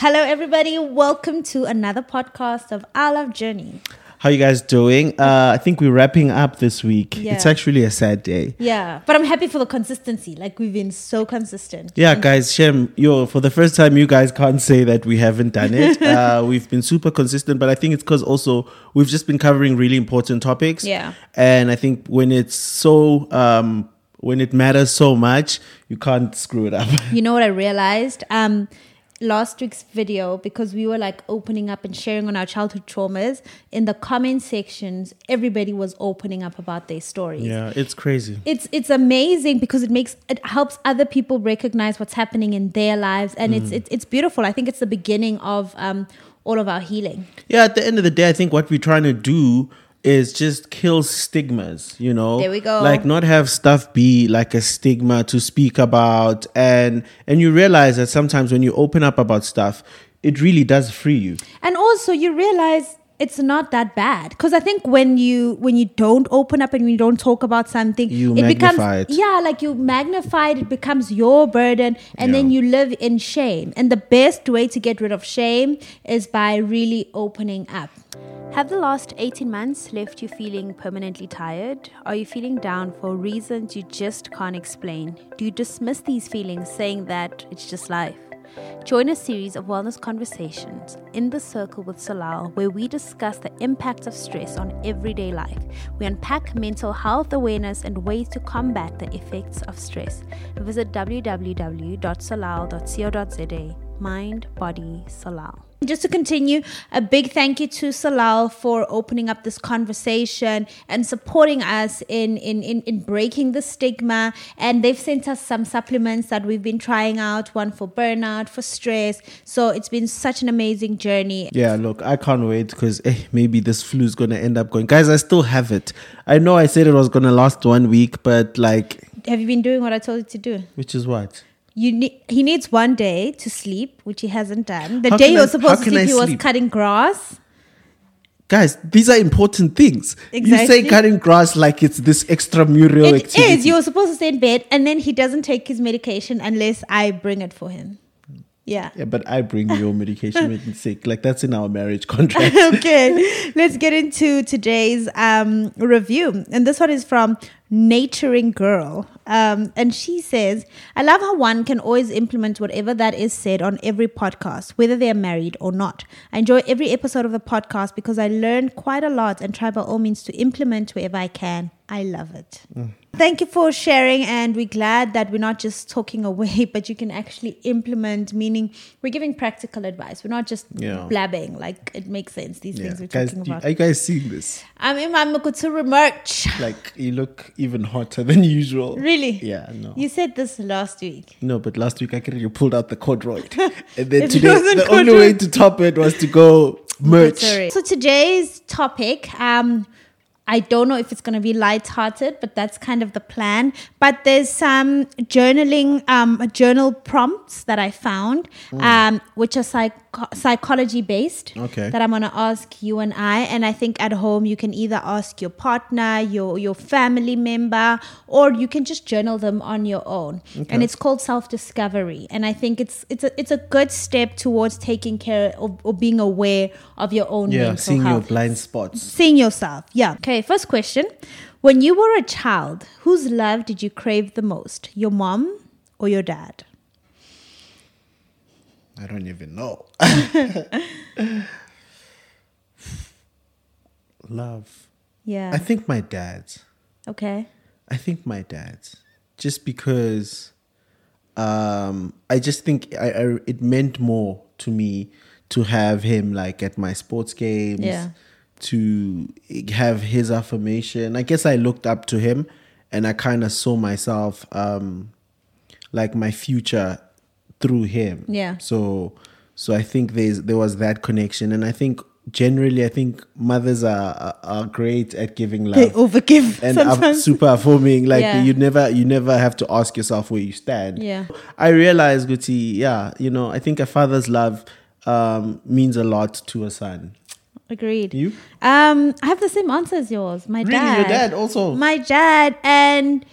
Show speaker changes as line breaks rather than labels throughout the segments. Hello, everybody. Welcome to another podcast of Our Love Journey.
How you guys doing? Uh, I think we're wrapping up this week.
Yeah.
It's actually a sad day.
Yeah, but I'm happy for the consistency. Like we've been so consistent.
Yeah, guys, Shem, yo, for the first time, you guys can't say that we haven't done it. uh, we've been super consistent, but I think it's because also we've just been covering really important topics.
Yeah.
And I think when it's so, um, when it matters so much, you can't screw it up.
You know what I realized? Um, last week's video, because we were like opening up and sharing on our childhood traumas, in the comment sections, everybody was opening up about their stories.
yeah, it's crazy.
It's it's amazing because it makes it helps other people recognize what's happening in their lives, and it's, it's it's beautiful. I think it's the beginning of um, all of our healing.
Yeah, at the end of the day, I think what we're trying to do is just kill stigmas, you know.
There we go.
Like not have stuff be like a stigma to speak about and and you realize that sometimes when you open up about stuff, it really does free you.
and also you realize it's not that bad because i think when you when you don't open up and when you don't talk about something
You
it becomes
magnify it.
yeah like you magnify it it becomes your burden and then
Yeah.
you live in shame and the best way to get rid of shame is by really opening up have the last 18 months left you feeling permanently tired? Are you feeling down for reasons you just can't explain? Do you dismiss these feelings saying that it's just life? Join a series of wellness conversations in the circle with Salal, where we discuss the impact of stress on everyday life. We unpack mental health awareness and ways to combat the effects of stress. Visit www.salal.co.za. Mind, body, Salal. Just to continue, a big thank you to Salal for opening up this conversation and supporting us in, in, in, in breaking the stigma. And they've sent us some supplements that we've been trying out one for burnout, for stress. So it's been such an amazing journey.
Yeah, look, I can't wait because maybe this flu is gonna end up going. Guys, I still have it. I know I said it was gonna last one week, but like,
Have you been doing what I told you to do?
which is what?
You ne- he needs one day to sleep, which he hasn't done. The
How
day
can
you
I-
were
how
supposed to
can
sleep,
I
he was
sleep?
cutting grass.
Guys, these are important things. You say
Exactly.
cutting grass like it's this extramural
It
activity.
is. You're supposed to stay in bed, and then he doesn't take his medication unless I bring it for him. Yeah.
Yeah, but I bring your medication when it's sick. Like that's in our marriage contract.
okay. Let's get into today's um, review. And this one is from Naturing Girl. Um, and she says, I love how one can always implement whatever that is said on every podcast, whether they are married or not. I enjoy every episode of the podcast because I learn quite a lot and try by all means to implement wherever I can. I love it. Thank you for sharing, and we're glad that we're not just talking away, but you can actually implement, meaning we're giving practical advice. We're not just
Yeah.
blabbing. Like it makes sense. These
yeah,
things we're
guys,
talking
do you-
about.
are you guys seeing this?
I'm in my Mukutsuru merch.
Like you look even hotter than usual.
Really?
Yeah, no.
You said this last week.
no, but last week I you pulled out the corduroid, and then
It
today
wasn't
the only
corduroy.
way to top it was to go merch.
Mukutsuru. So today's topic, um, I don't know if it's going to be light-hearted, but that's kind of the plan. But there's some journaling, um, journal prompts that I found, um, which are psycho- psychology based.
Okay.
That I'm going to ask you and I, and I think at home you can either ask your partner, your your family member, or you can just journal them on your own. And it's called self discovery, and I think it's it's a it's a good step towards taking care of, or being aware of your own
Yeah,
mental
seeing your
health
blind spots.
seeing yourself. Yeah. Okay, first question. When you were a child, whose love did you crave the most? Your mom or your dad?
I don't even know. Love.
Yeah.
I think my dad's.
okay.
I think my dad's, just because um, I just think I, I it meant more to me to have him like at my sports games,
Yeah.
to have his affirmation. I guess I looked up to him, and I kind of saw myself um, like my future through him.
Yeah.
So so I think there's there was that connection, and I think generally I think mothers are are, are great at giving love
They overgive
and up-
sometimes.
super affirming. Like
Yeah.
you never, you never have to ask yourself where you stand.
Yeah.
I realize, Guti. Yeah, you know, I think a father's love um, means a lot to a son.
Agreed.
You
Um, I have the same answer as yours. My
really,
dad.
your dad also.
My dad and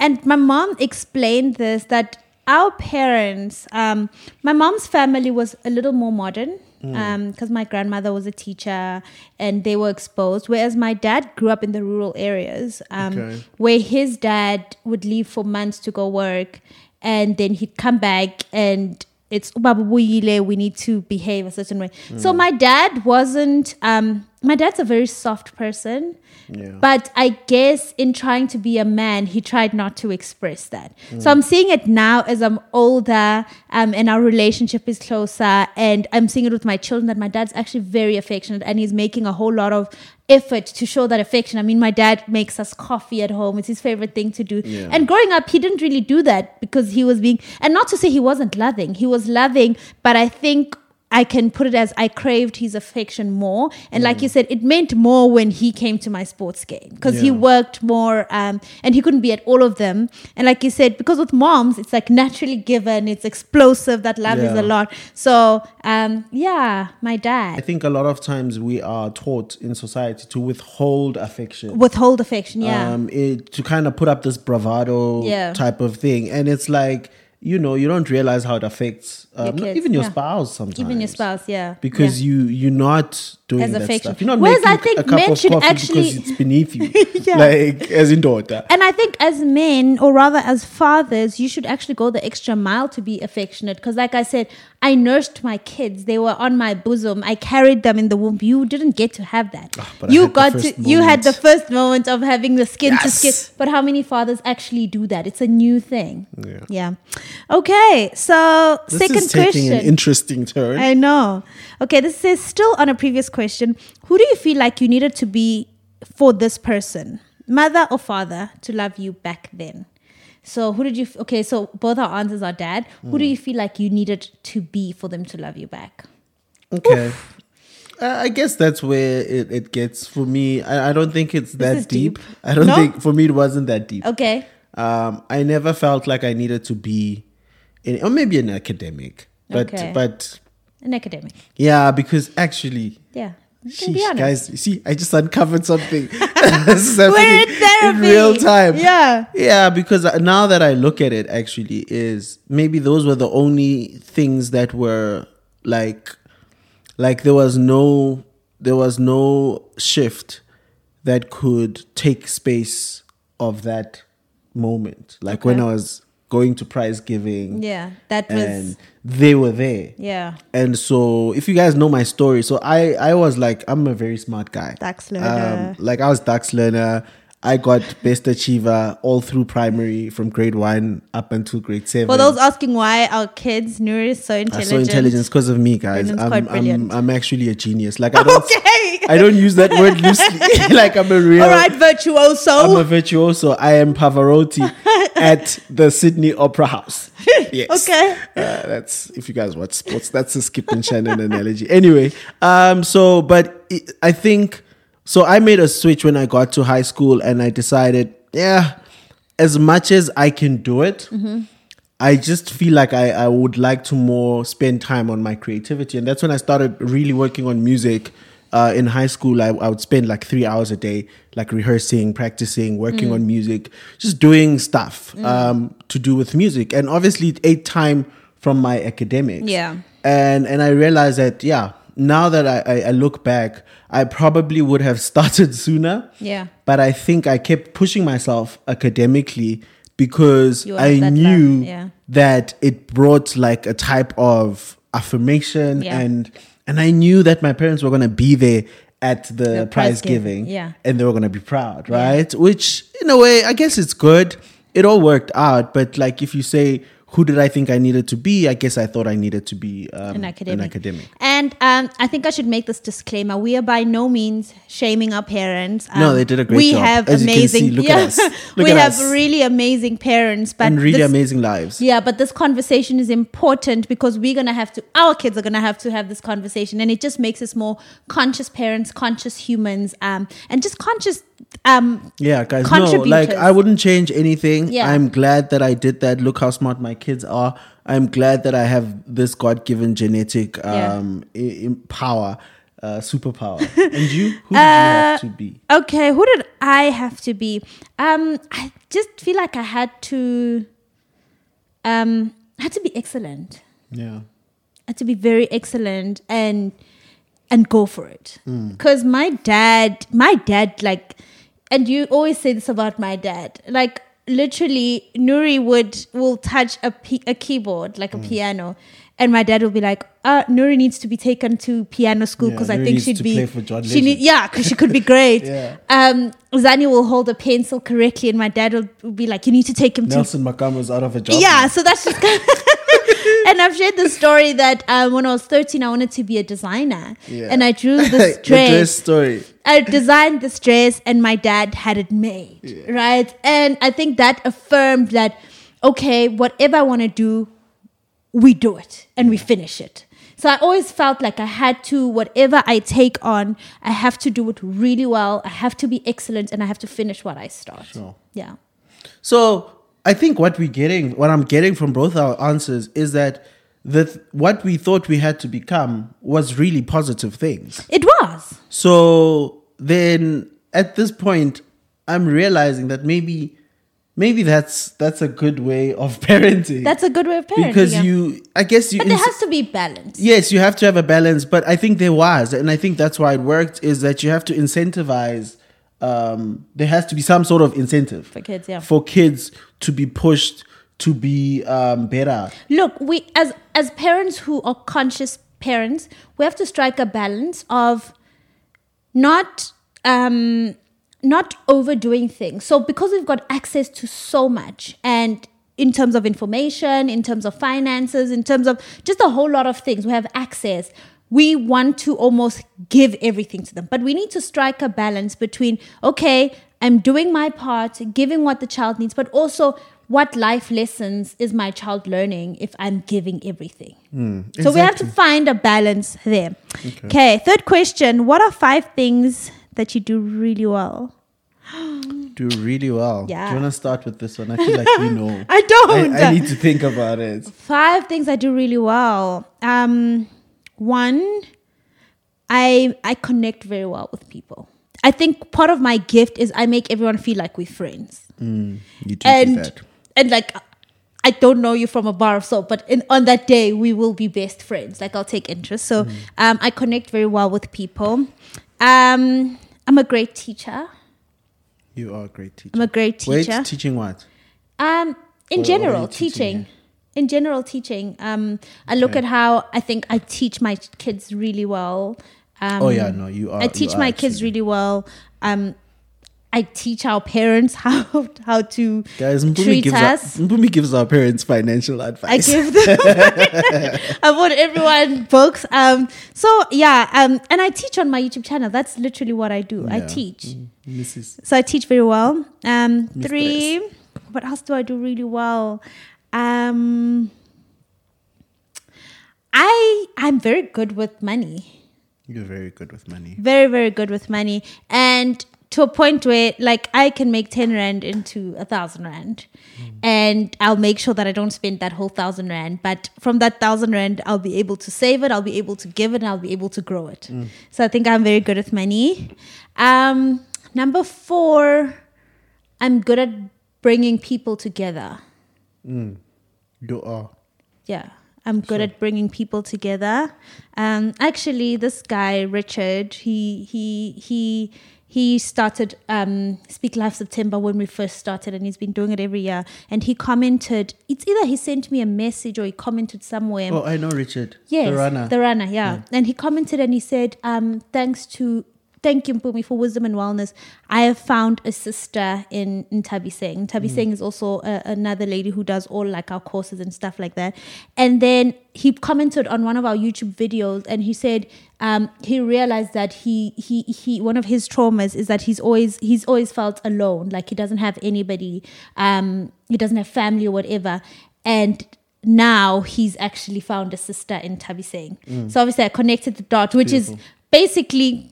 and my mom explained this that our parents, um, my mom's family was a little more modern
Hmm.
because my grandmother was a teacher and they were exposed. Whereas my dad grew up in the rural areas um,
Okay.
where his dad would leave for months to go work and then he'd come back and it's ubabuyile we need to behave a certain way so
Hmm.
my dad wasn't um, my dad's a very soft person
Yeah.
but i guess in trying to be a man he tried not to express that so i'm seeing it now as i'm older um, and our relationship is closer and i'm seeing it with my children that my dad's actually very affectionate and he's making a whole lot of effort to show that affection i mean my dad makes us coffee at home it's his favorite thing to do
Yeah.
and growing up he didn't really do that because he was being and not to say he wasn't loving he was loving but i think I can put it as I craved his affection more. And like
Mm.
you said, it meant more when he came to my sports game because he
Yeah.
worked more um, and he couldn't be at all of them. And like you said, because with moms, it's like naturally given, it's explosive, that love is a
Yeah.
lot. So, um, yeah, my
I
dad.
think a lot of times we are taught in society to withhold affection.
Withhold affection, yeah.
um, it, to kind of put up this bravado
Yeah.
type of thing. And it's like, you know, you don't realize how it affects um,
Your kids,
even your
yeah.
spouse sometimes.
Even your spouse, yeah.
Because
yeah.
you, you're not doing
As
that
affection.
stuff. You're not
Whereas
making
I think
a cup
men
of
should
coffee
actually-
because it's beneath you.
Yeah.
Like, as in daughter.
And I think as men, or rather as fathers, you should actually go the extra mile to be affectionate. Because, like I said, I nursed my kids; they were on my bosom. I carried them in the womb. You didn't get to have that.
Ah, but I
you
had the
got to.
first
You had
moment.
the first moment of having the skin
Yes.
to skin. But how many fathers actually do that? It's a new thing.
Yeah.
Okay. So
This
second
is taking
question.
an interesting turn.
I know. Okay, this is still on a previous question. Who do you feel like you needed to be for this person, mother or father, to love you back then? So, who did you? f- Okay, so both our answers are dad. Who
Hmm.
do you feel like you needed to be for them to love you back?
Okay. Uh, I guess that's where it, it gets for me. I, I don't think it's
is
that
deep.
deep. I don't
No? Oh.
think for me it wasn't that deep.
Okay,
Um, I never felt like I needed to be, in, or maybe an academic, but
Okay.
but
an academic.
yeah, because actually,
Yeah, you can be
sheesh,
honest.
guys, you see, I just uncovered something. this is
in
happening
therapy.
real time.
Yeah.
yeah, because now that I look at it, actually, is maybe those were the only things that were like, like there was no there was no shift that could take space of that moment. Like when I
Okay.
was going to prize giving,
Yeah, that was.
and they were there.
yeah,
And so, if you guys know my story, so I I was like, I'm a very smart guy. Um,
Dax learner.
like I was Dax learner. I got best achiever all through primary from grade one up until grade seven.
for those asking why our kids Nuri is so
I
intelligent.
saw intelligence because of me, guys.
Brandon's
I'm,
quite
I'm
brilliant.
I'm actually a genius. Like I don't
Okay.
I don't use that word loosely. like I'm a real.
All right, virtuoso.
I'm a virtuoso. I am Pavarotti at the Sydney Opera House. Yes.
Okay.
Uh, that's if you guys watch sports. That's a Skip and Shannon analogy. Anyway, um, so but it, I think so. I made a switch when I got to high school, and I decided, yeah, as much as I can do it. I just feel like I, I would like to more spend time on my creativity. And that's when I started really working on music. Uh, in high school, I, I would spend like three hours a day, like rehearsing, practicing, working on music, just doing stuff um, to do with music. And obviously, it ate time from my academics.
Yeah.
And, and I realized that, yeah, now that I, I, I look back, I probably would have started sooner.
Yeah.
But I think I kept pushing myself academically because
You
I
wanted that
knew
love, yeah.
that it brought like a type of affirmation
Yeah.
and and I knew that my parents were gonna be there at the,
The prize
prize
giving,
giving.
yeah.
And they were gonna be proud, right? Which in a way I guess it's good. It all worked out, but like if you say who did I think I needed to be? I guess I thought I needed to be um,
an academic.
An academic.
And um, I think I should make this disclaimer: we are by no means shaming our parents. Um,
No, they did a great
we
job.
have
As you can
amazing.
see, look at us. Look
we
at
have
us.
really amazing parents, but
And really
this-
amazing lives.
yeah, but this conversation is important because we're gonna have to. Our kids are gonna have to have this conversation, and it just makes us more conscious parents, conscious humans, um, and just conscious. Um,
Yeah, guys. No, like
Contributors.
I wouldn't change anything.
Yeah.
I'm glad that I did that. Look how smart my kids are. I'm glad that I have this God given genetic
Yeah.
um i- i- power, uh, superpower. and you,
Uh,
who do you have to be?
okay, who did I have to be? Um, I just feel like I had to. Um, I had to be excellent.
Yeah.
I had uh, to be very excellent and and go for it.
Mm.
Because my dad, my dad, like, and you always say this about my dad, like literally Nuri would will touch a pi- a keyboard like a
Mm.
piano. And my dad will be like, uh, Nuri needs to be taken to piano school
Yeah,
because I
Nuri
think
needs
she'd
to
be
play for John
she need,
Legend."
yeah, because she could be great.
Yeah.
Um, Zani will hold a pencil correctly, and my dad will, will be like, you need to take him to
Nelson Makama's out of a job.
yeah, so that's just kind and I've shared the story that um, when I was 13, I wanted to be a designer,
Yeah.
and I drew this
Your dress
dress.
story.
I designed this dress, and my dad had it made, right? And I think that affirmed that okay, whatever I want to do, we do it and we finish it. So I always felt like I had to, whatever I take on, I have to do it really well. I have to be excellent, and I have to finish what I start.
Sure.
Yeah.
So I think what we're getting, what I'm getting from both our answers is that the th- what we thought we had to become was really positive things.
It was.
So then at this point, I'm realizing that maybe maybe that's that's a good way of parenting.
That's a good way of parenting.
because
yeah.
you I guess you
But there
ins-
has to be balance.
Yes, you have to have a balance, but I think there was, and I think that's why it worked. Is that you have to incentivize. Um, there has to be some sort of incentive for
kids, yeah.
for kids to be pushed to be um, better.
Look, we as as parents who are conscious parents, we have to strike a balance of not um not overdoing things. So because we've got access to so much and in terms of information, in terms of finances, in terms of just a whole lot of things, we have access. We want to almost give everything to them, but we need to strike a balance between okay, I'm doing my part, giving what the child needs, but also what life lessons is my child learning if I'm giving everything? So we have to find a balance there. Okay. third question. What are five things that you do really well?
Do really well.
Yeah.
Do you want to start with this one? I feel like you know.
I
I,
don't.
I need to think about it.
five things I do really well. Um, one, I I connect very well with people. I think part of my gift is I make everyone feel like we're friends.
You do,
and and like I don't know you from a bar of soap, but in, on that day we will be best friends. Like I'll take interest.
Mm.
So um, I connect very well with people. Um, I'm a great teacher.
You are a great teacher.
I'm a great
Wait,
teacher.
teaching what?
Um, in
What- what are
general,
you teaching
teaching. In general, teaching. Um, I look
Okay.
at how I think I teach my kids really well. Um,
Oh yeah, no, you are.
I
you
teach
are
my kids
actually.
really well. Um, I teach our parents how how to
Guys, Mpumi
treat
gives, our,
us.
Mpumi gives our parents financial
I
advice.
give them. I bought everyone books. Um, so yeah, um, and I teach on my YouTube channel. That's literally what I do. I
Yeah.
teach.
Mrs.
So I teach very well. Um,
Miss
three. What else do I do really well? Um, I I'm very good with money.
You're very good with money.
Very very good with money, and to a point where like I can make ten rand into a thousand rand, and I'll make sure that I don't spend that whole thousand rand. But from that thousand rand, I'll be able to save it. I'll be able to give it. and I'll be able to grow it. So I think I'm very good with money. Um, number four. I'm good at bringing people together.
You are.
Yeah. I'm good at bringing people together. Um, actually, this guy Richard, he he he he started um, Speak Live September when we first started, and he's been doing it every year. And he commented. It's either he sent me a message or he commented somewhere.
Oh, I know Richard.
Um, Yes,
The runner.
yeah. And he commented and he said, um, thanks to thank you, Mpumi, for wisdom and wellness. I have found a sister in, in Tabi Singh. Tabi
Mm.
Singh is also a, another lady who does all like our courses and stuff like that. And then he commented on one of our YouTube videos and he said um, he realized that he he he one of his traumas is that he's always he's always felt alone, like he doesn't have anybody, um, he doesn't have family or whatever. And now he's actually found a sister in Tabi Singh. So obviously I connected the dot, which is basically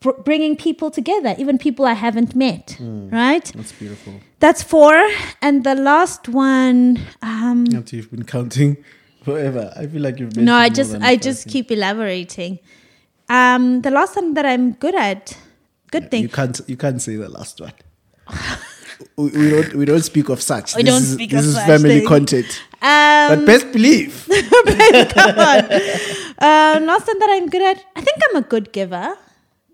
br- bringing people together, even people I haven't met, right?
That's beautiful.
That's four. And the last one, um,
After you've been counting forever, I feel like you've.
no, I just, I just keep elaborating. Um, the last one that I'm good at, good thing.
You can't. You can't say the last one. we, we don't we don't speak of such.
We
this
don't
is,
speak
this
of
is
such
family
thing.
content. but
Um,
best believe.
come on. Um, last thing that I'm good at, I think I'm a good giver.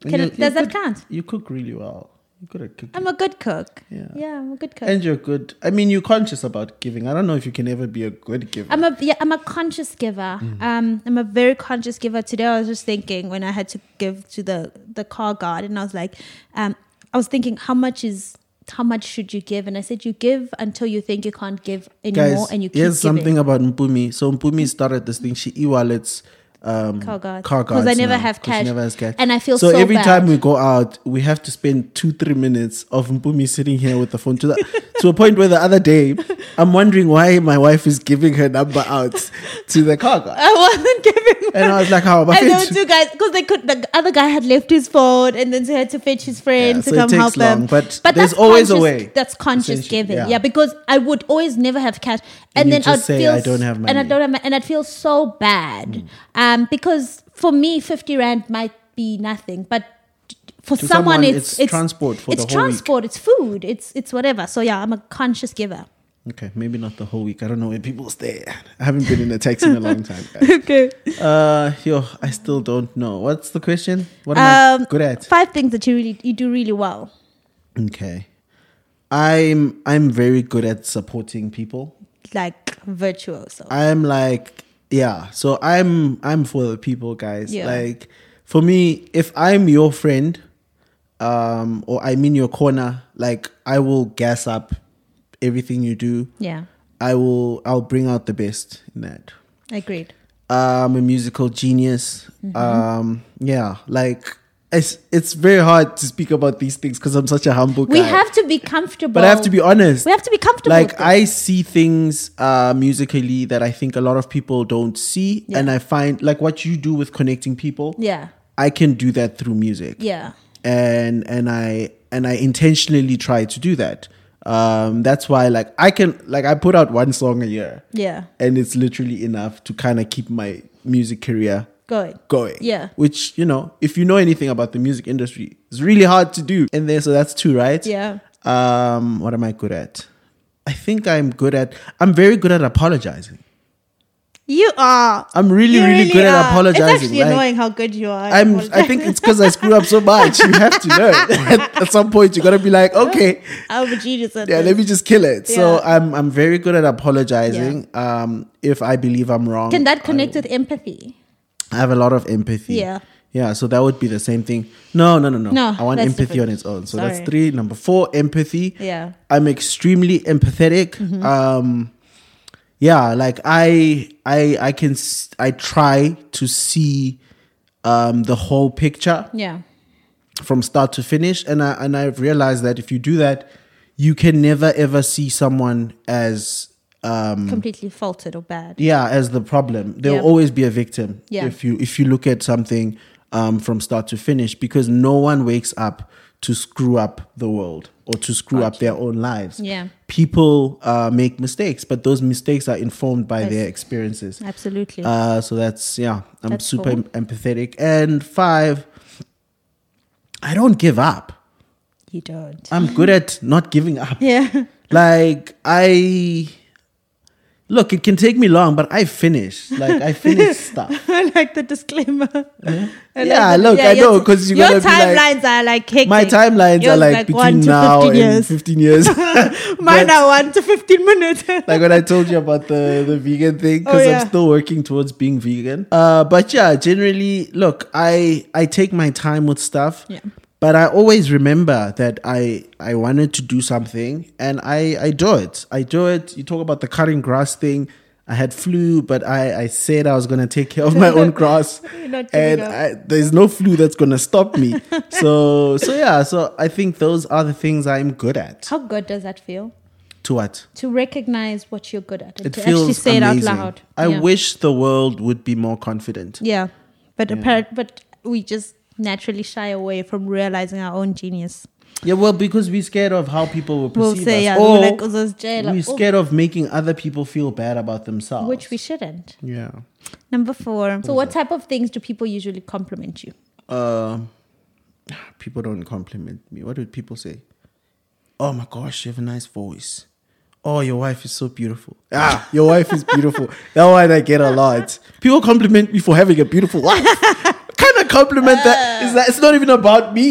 Can,
You- you
does that
cook-
count?
You cook really well. You could have cooked.
I'm a good cook.
Yeah.
I'm a good cook.
And you're good. I mean, you're conscious about giving. I don't know if you can ever be a good giver.
I'm a yeah, I'm a conscious giver.
Mm-hmm.
Um, I'm a very conscious giver. Today I was just thinking when I had to give to the the car guard, and I was like, um, I was thinking how much is how much should you give? And I said you give until you think you can't give anymore,
Guys,
and you keep
here's
giving.
something about Mpumi. So Mpumi started this thing. She e-wallets um,
Car guards.
car
'Cause I
guards
never
now,
have
'cause
cash.
She never has cash.
And I feel
so
so
every
bad.
time we go out, we have to spend two three minutes of Mpumi sitting here with the phone to the to a point where the other day I'm wondering why my wife is giving her number out to the car guard.
I wasn't giving.
And I was like, how?
and there were two guys because they could. The other guy had left his phone, and then they had to fetch his friend
Yeah,
to
so it
come
takes
help
long,
him.
but there's always a
conscious-
way,
That's conscious
essentially,
giving, yeah.
yeah.
Because I would always never have cash, and,
you
then
just
I'd
say,
feel
"I
s-
don't have
and I
money." Mm.
don't have, ma- and I'd feel so bad, um, because for me, fifty rand might be nothing, but for
To
someone,
someone,
it's,
it's transport for
it's
the whole week.
transport, it's food, it's it's whatever. So yeah, I'm a conscious giver.
Okay, maybe not the whole week. I don't know where people stay. I haven't been in a taxi in a long time. guys.
okay.
Uh, yo, I still don't know. What's the question? What am
Um,
I good at?
Five things that you really you do really well.
Okay, I'm I'm very good at supporting people.
like virtuoso.
I'm like, yeah. So I'm I'm for the people, guys.
Yeah.
Like for me, if I'm your friend, um, or I'm in your corner, like I will gas up everything you do.
yeah,
I will I'll bring out the best in that.
agreed.
I'm a musical genius.
Mm-hmm.
Um, yeah, like it's it's very hard to speak about these things because I'm such a humble guy.
We have to be comfortable.
but I have to be honest.
We have to be comfortable. with
Like
this.
I see things uh, musically that I think a lot of people don't see,
Yeah.
and I find like what you do with connecting people.
Yeah,
I can do that through music
yeah,
and and I and I intentionally try to do that. Um, that's why like I can like I put out one song a year,
yeah.
and it's literally enough to kind of keep my music career
Good.
going.
Yeah.
which you know, if you know anything about the music industry, it's really hard to do. And then so that's two, right?
Yeah.
Um, what am I good at? I think I'm good at. I'm very good at apologizing.
You are.
I'm really,
You
really, good
are.
at apologizing.
It's actually
like,
annoying how good you are. at
I'm. I
apologizing.
think it's because I screw up so much. You have to learn. at some point, you gotta be like, okay,
I'm a genius at
yeah,
this.
let me just kill it. So
Yeah.
I'm. I'm very good at apologizing. Um, if I believe I'm wrong,
Can that
I-
connect with empathy?
I have a lot of empathy.
Yeah.
Yeah. So that would be the same thing. No, no, no, no.
No,
I want
that's
empathy
different.
on its own. So
Sorry.
that's three. Number four, empathy.
Yeah. Mm-hmm.
I'm extremely empathetic. Um, yeah, like I, I, I can, s- I try to see, um, the whole picture
Yeah.
from start to finish and I, and I've realized that if you do that you can never ever see someone as um
Completely faulted or bad.
yeah as the problem there'll
Yeah.
always be a victim
Yeah.
if you if you look at something um from start to finish because no one wakes up to screw up the world or to screw up their own lives
Yeah.
people uh, make mistakes but those mistakes are informed by
Yes.
their experiences
Absolutely.
uh, so that's yeah, I'm
That's
super
cool.
em- empathetic. And five, I don't give up.
you don't.
I'm good at not giving up.
yeah.
Like I look, it can take me long, but I finish. Like I finish stuff.
I like the disclaimer. Yeah,
Yeah, look, I know, 'cause you
your
gotta be like-
timelines are like hectic.
My timelines
Yours
are like,
one
between
to
now
15
and 15 years.
Mine
But-
are one to fifteen minutes.
like when I told you about the, the vegan thing,
Oh,
because
yeah.
I'm still working towards being vegan. Uh, but yeah, generally, look, I I take my time with stuff.
Yeah.
But I always remember that I I wanted to do something and I I do it. I do it. You talk about the cutting grass thing. I had flu, but I I said I was gonna take care of my own grass,
not giving
and
up.
I, there's no flu that's gonna stop me. so so yeah. So I think those are the things I'm good at.
How good does that feel?
To what?
To recognize what you're good at and
it
to
feels
actually say
amazing.
it out loud.
I
yeah.
wish the world would be more confident.
Yeah, but apparent, but we just naturally shy away from realizing our own genius.
Yeah, well, because we're scared of how people will perceive
We'll say,
us,
yeah,
or
we're like, "Oh, those jail-
we're
oh,"
scared of making other people feel bad about themselves.
which we shouldn't.
yeah,
Number four. So, what type of things do people usually compliment you?
Um people don't compliment me. What do people say? oh my gosh, you have a nice voice. Oh, your wife is so beautiful. Ah, your wife is beautiful. That one I get a lot. People compliment me for having a beautiful wife. what kind of compliment that is that? It's not even about me.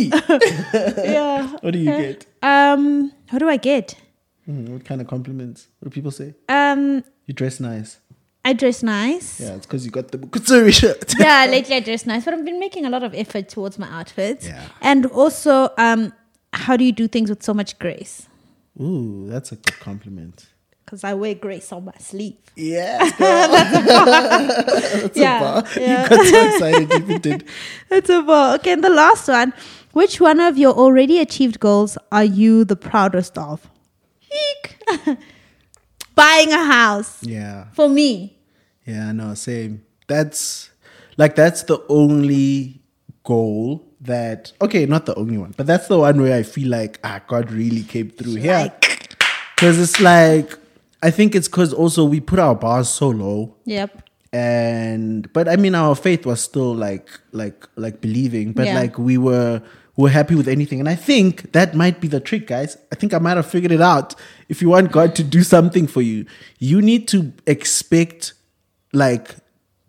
Yeah.
What do you get?
Um, what do I get?
Mm, what kind of compliments? What do people say?
Um,
You dress nice.
I dress nice.
Yeah, it's because you got the Kutsuri shirt.
yeah, lately I dress nice, but I've been making a lot of effort towards my outfits.
Yeah.
And also, um, how do you do things with so much grace?
Ooh, that's a good compliment.
Because I wear grace on my sleeve.
Yeah,
yeah, yeah.
you got so excited. You even did.
It's a ball. Okay, and the last one. Which one of your already achieved goals are you the proudest of? Eek. Buying a house
Yeah,
for me.
yeah, no, same. That's like that's the only goal that okay, not the only one, but that's the one where I feel like ah, God really came through here.
Like,
Because it's like I think it's because also we put our bars so low.
yep.
and but i mean our faith was still like like like believing but
Yeah.
like we were we were happy with anything and i think that might be the trick guys i think i might have figured it out if you want god to do something for you you need to expect like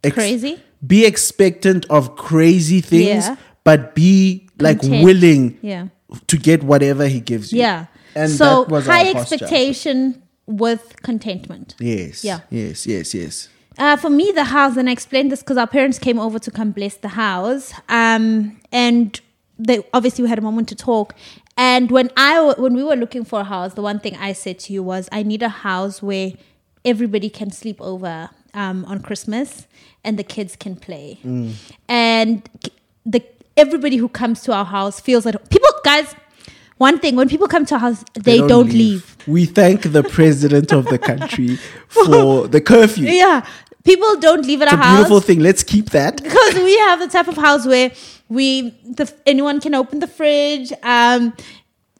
ex-
Crazy?
be expectant of crazy things
Yeah.
but be like
Content.
willing
Yeah.
to get whatever he gives you
Yeah.
and
so
that was our
high
posture.
expectation with contentment.
yes
Yeah.
yes yes yes
Uh, for me, the house, and I explained this because our parents came over to come bless the house, um, and they obviously we had a moment to talk. And when I w- when we were looking for a house, the one thing I said to you was, I need a house where everybody can sleep over um, on Christmas and the kids can play, and k- the everybody who comes to our house feels that people guys. One thing when people come to our house, they, don't, leave.
We thank the president of the country for the curfew. It's
Yeah, people don't leave at
a
our house.
beautiful thing. Let's keep that.
because we have the type of house where we the, anyone can open the fridge um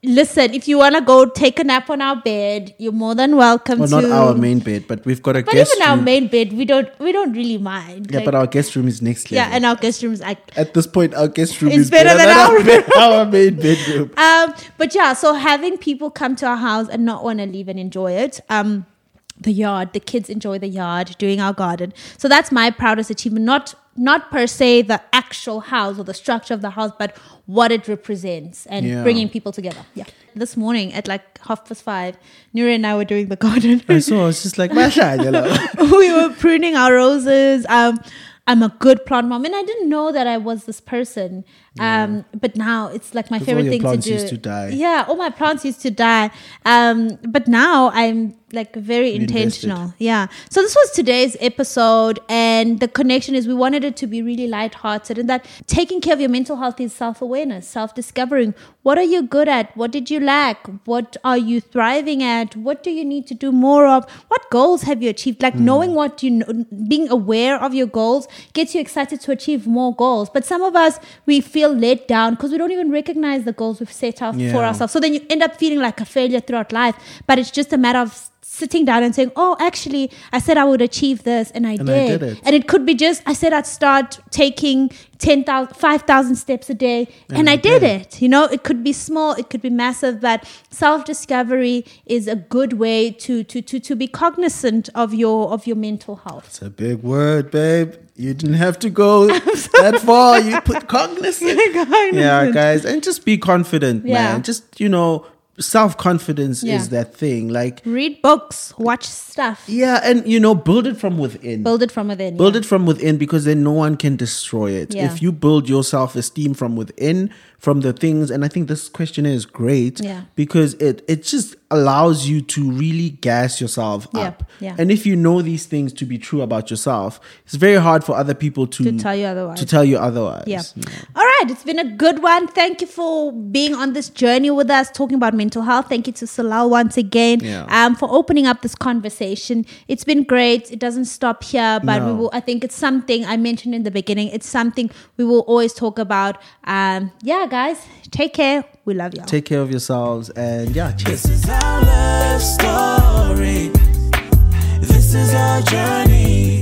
listen if you want to go take a nap on our bed you're more than welcome
Well,
to
not our main bed, but we've got a
but
guest
even our
room.
main bed we don't we don't really mind
yeah,
Like,
but our guest room is next
yeah
level.
and our guest rooms like
At this point, our guest room
It's
is better,
better than our
than our, our main bedroom.
um but yeah so having people come to our house and not want to leave and enjoy it um the yard the kids enjoy the yard doing our garden so that's my proudest achievement not not per se the actual house or the structure of the house but what it represents and
Yeah.
bringing people together yeah this morning at like half past five Nuri and i were doing the garden
I saw. I was just like, Masha, you know.
we were pruning our roses. Um, I'm a good plant mom, and I didn't know that I was this person. Um, but now it's like my
all
favorite
your
thing
plants
to do.
used to die.
Yeah, all my plants used to die. Um, but now I'm like very intentional. Yeah. So this was today's episode, and the connection is we wanted it to be really lighthearted, and that taking care of your mental health is self awareness, self discovering. What are you good at? What did you lack? What are you thriving at? What do you need to do more of? What goals have you achieved? Like knowing what you know, being aware of your goals gets you excited to achieve more goals. But some of us we feel let down because we don't even recognize the goals we've set out for
Yeah.
ourselves. So then you end up feeling like a failure throughout life. But it's just a matter of s- sitting down and saying, "Oh, actually, I said I would achieve this, and I
And I
did."
did it.
And it could be just I said I'd start taking 10,000, 5,000 steps a day, and, I, did it. You know, it could be small, it could be massive, but self discovery is a good way to to to to be cognizant of your of your mental health.
It's a big word, babe. You didn't have to go that far. You put cognizant. Yeah, guys. And just be confident,
Yeah.
man. Just, you know, self confidence
Yeah.
is that thing. Like,
Read books, watch stuff,
yeah, and, you know, build it from within.
build it from within.
Build it from within because then no one can destroy it.
Yeah.
If you build your self esteem from within, from the things, and I think this question is great
Yeah.
because it it just allows you to really gas yourself
Yeah,
up.
yeah.
And if you know these things to be true about yourself, it's very hard for other people to,
To tell you otherwise.
To tell you otherwise.
Yeah. All right. It's been a good one. Thank you for being on this journey with us, talking about mental health. Thank you to Salal once again
Yeah.
um, for opening up this conversation. It's been great. It doesn't stop here, but we
No.
will. I think it's something I mentioned in the beginning. It's something we will always talk about. Um, yeah, guys. Take care. We love y'all.
Take care of yourselves and yeah, cheers.
This is our love story. This is our journey.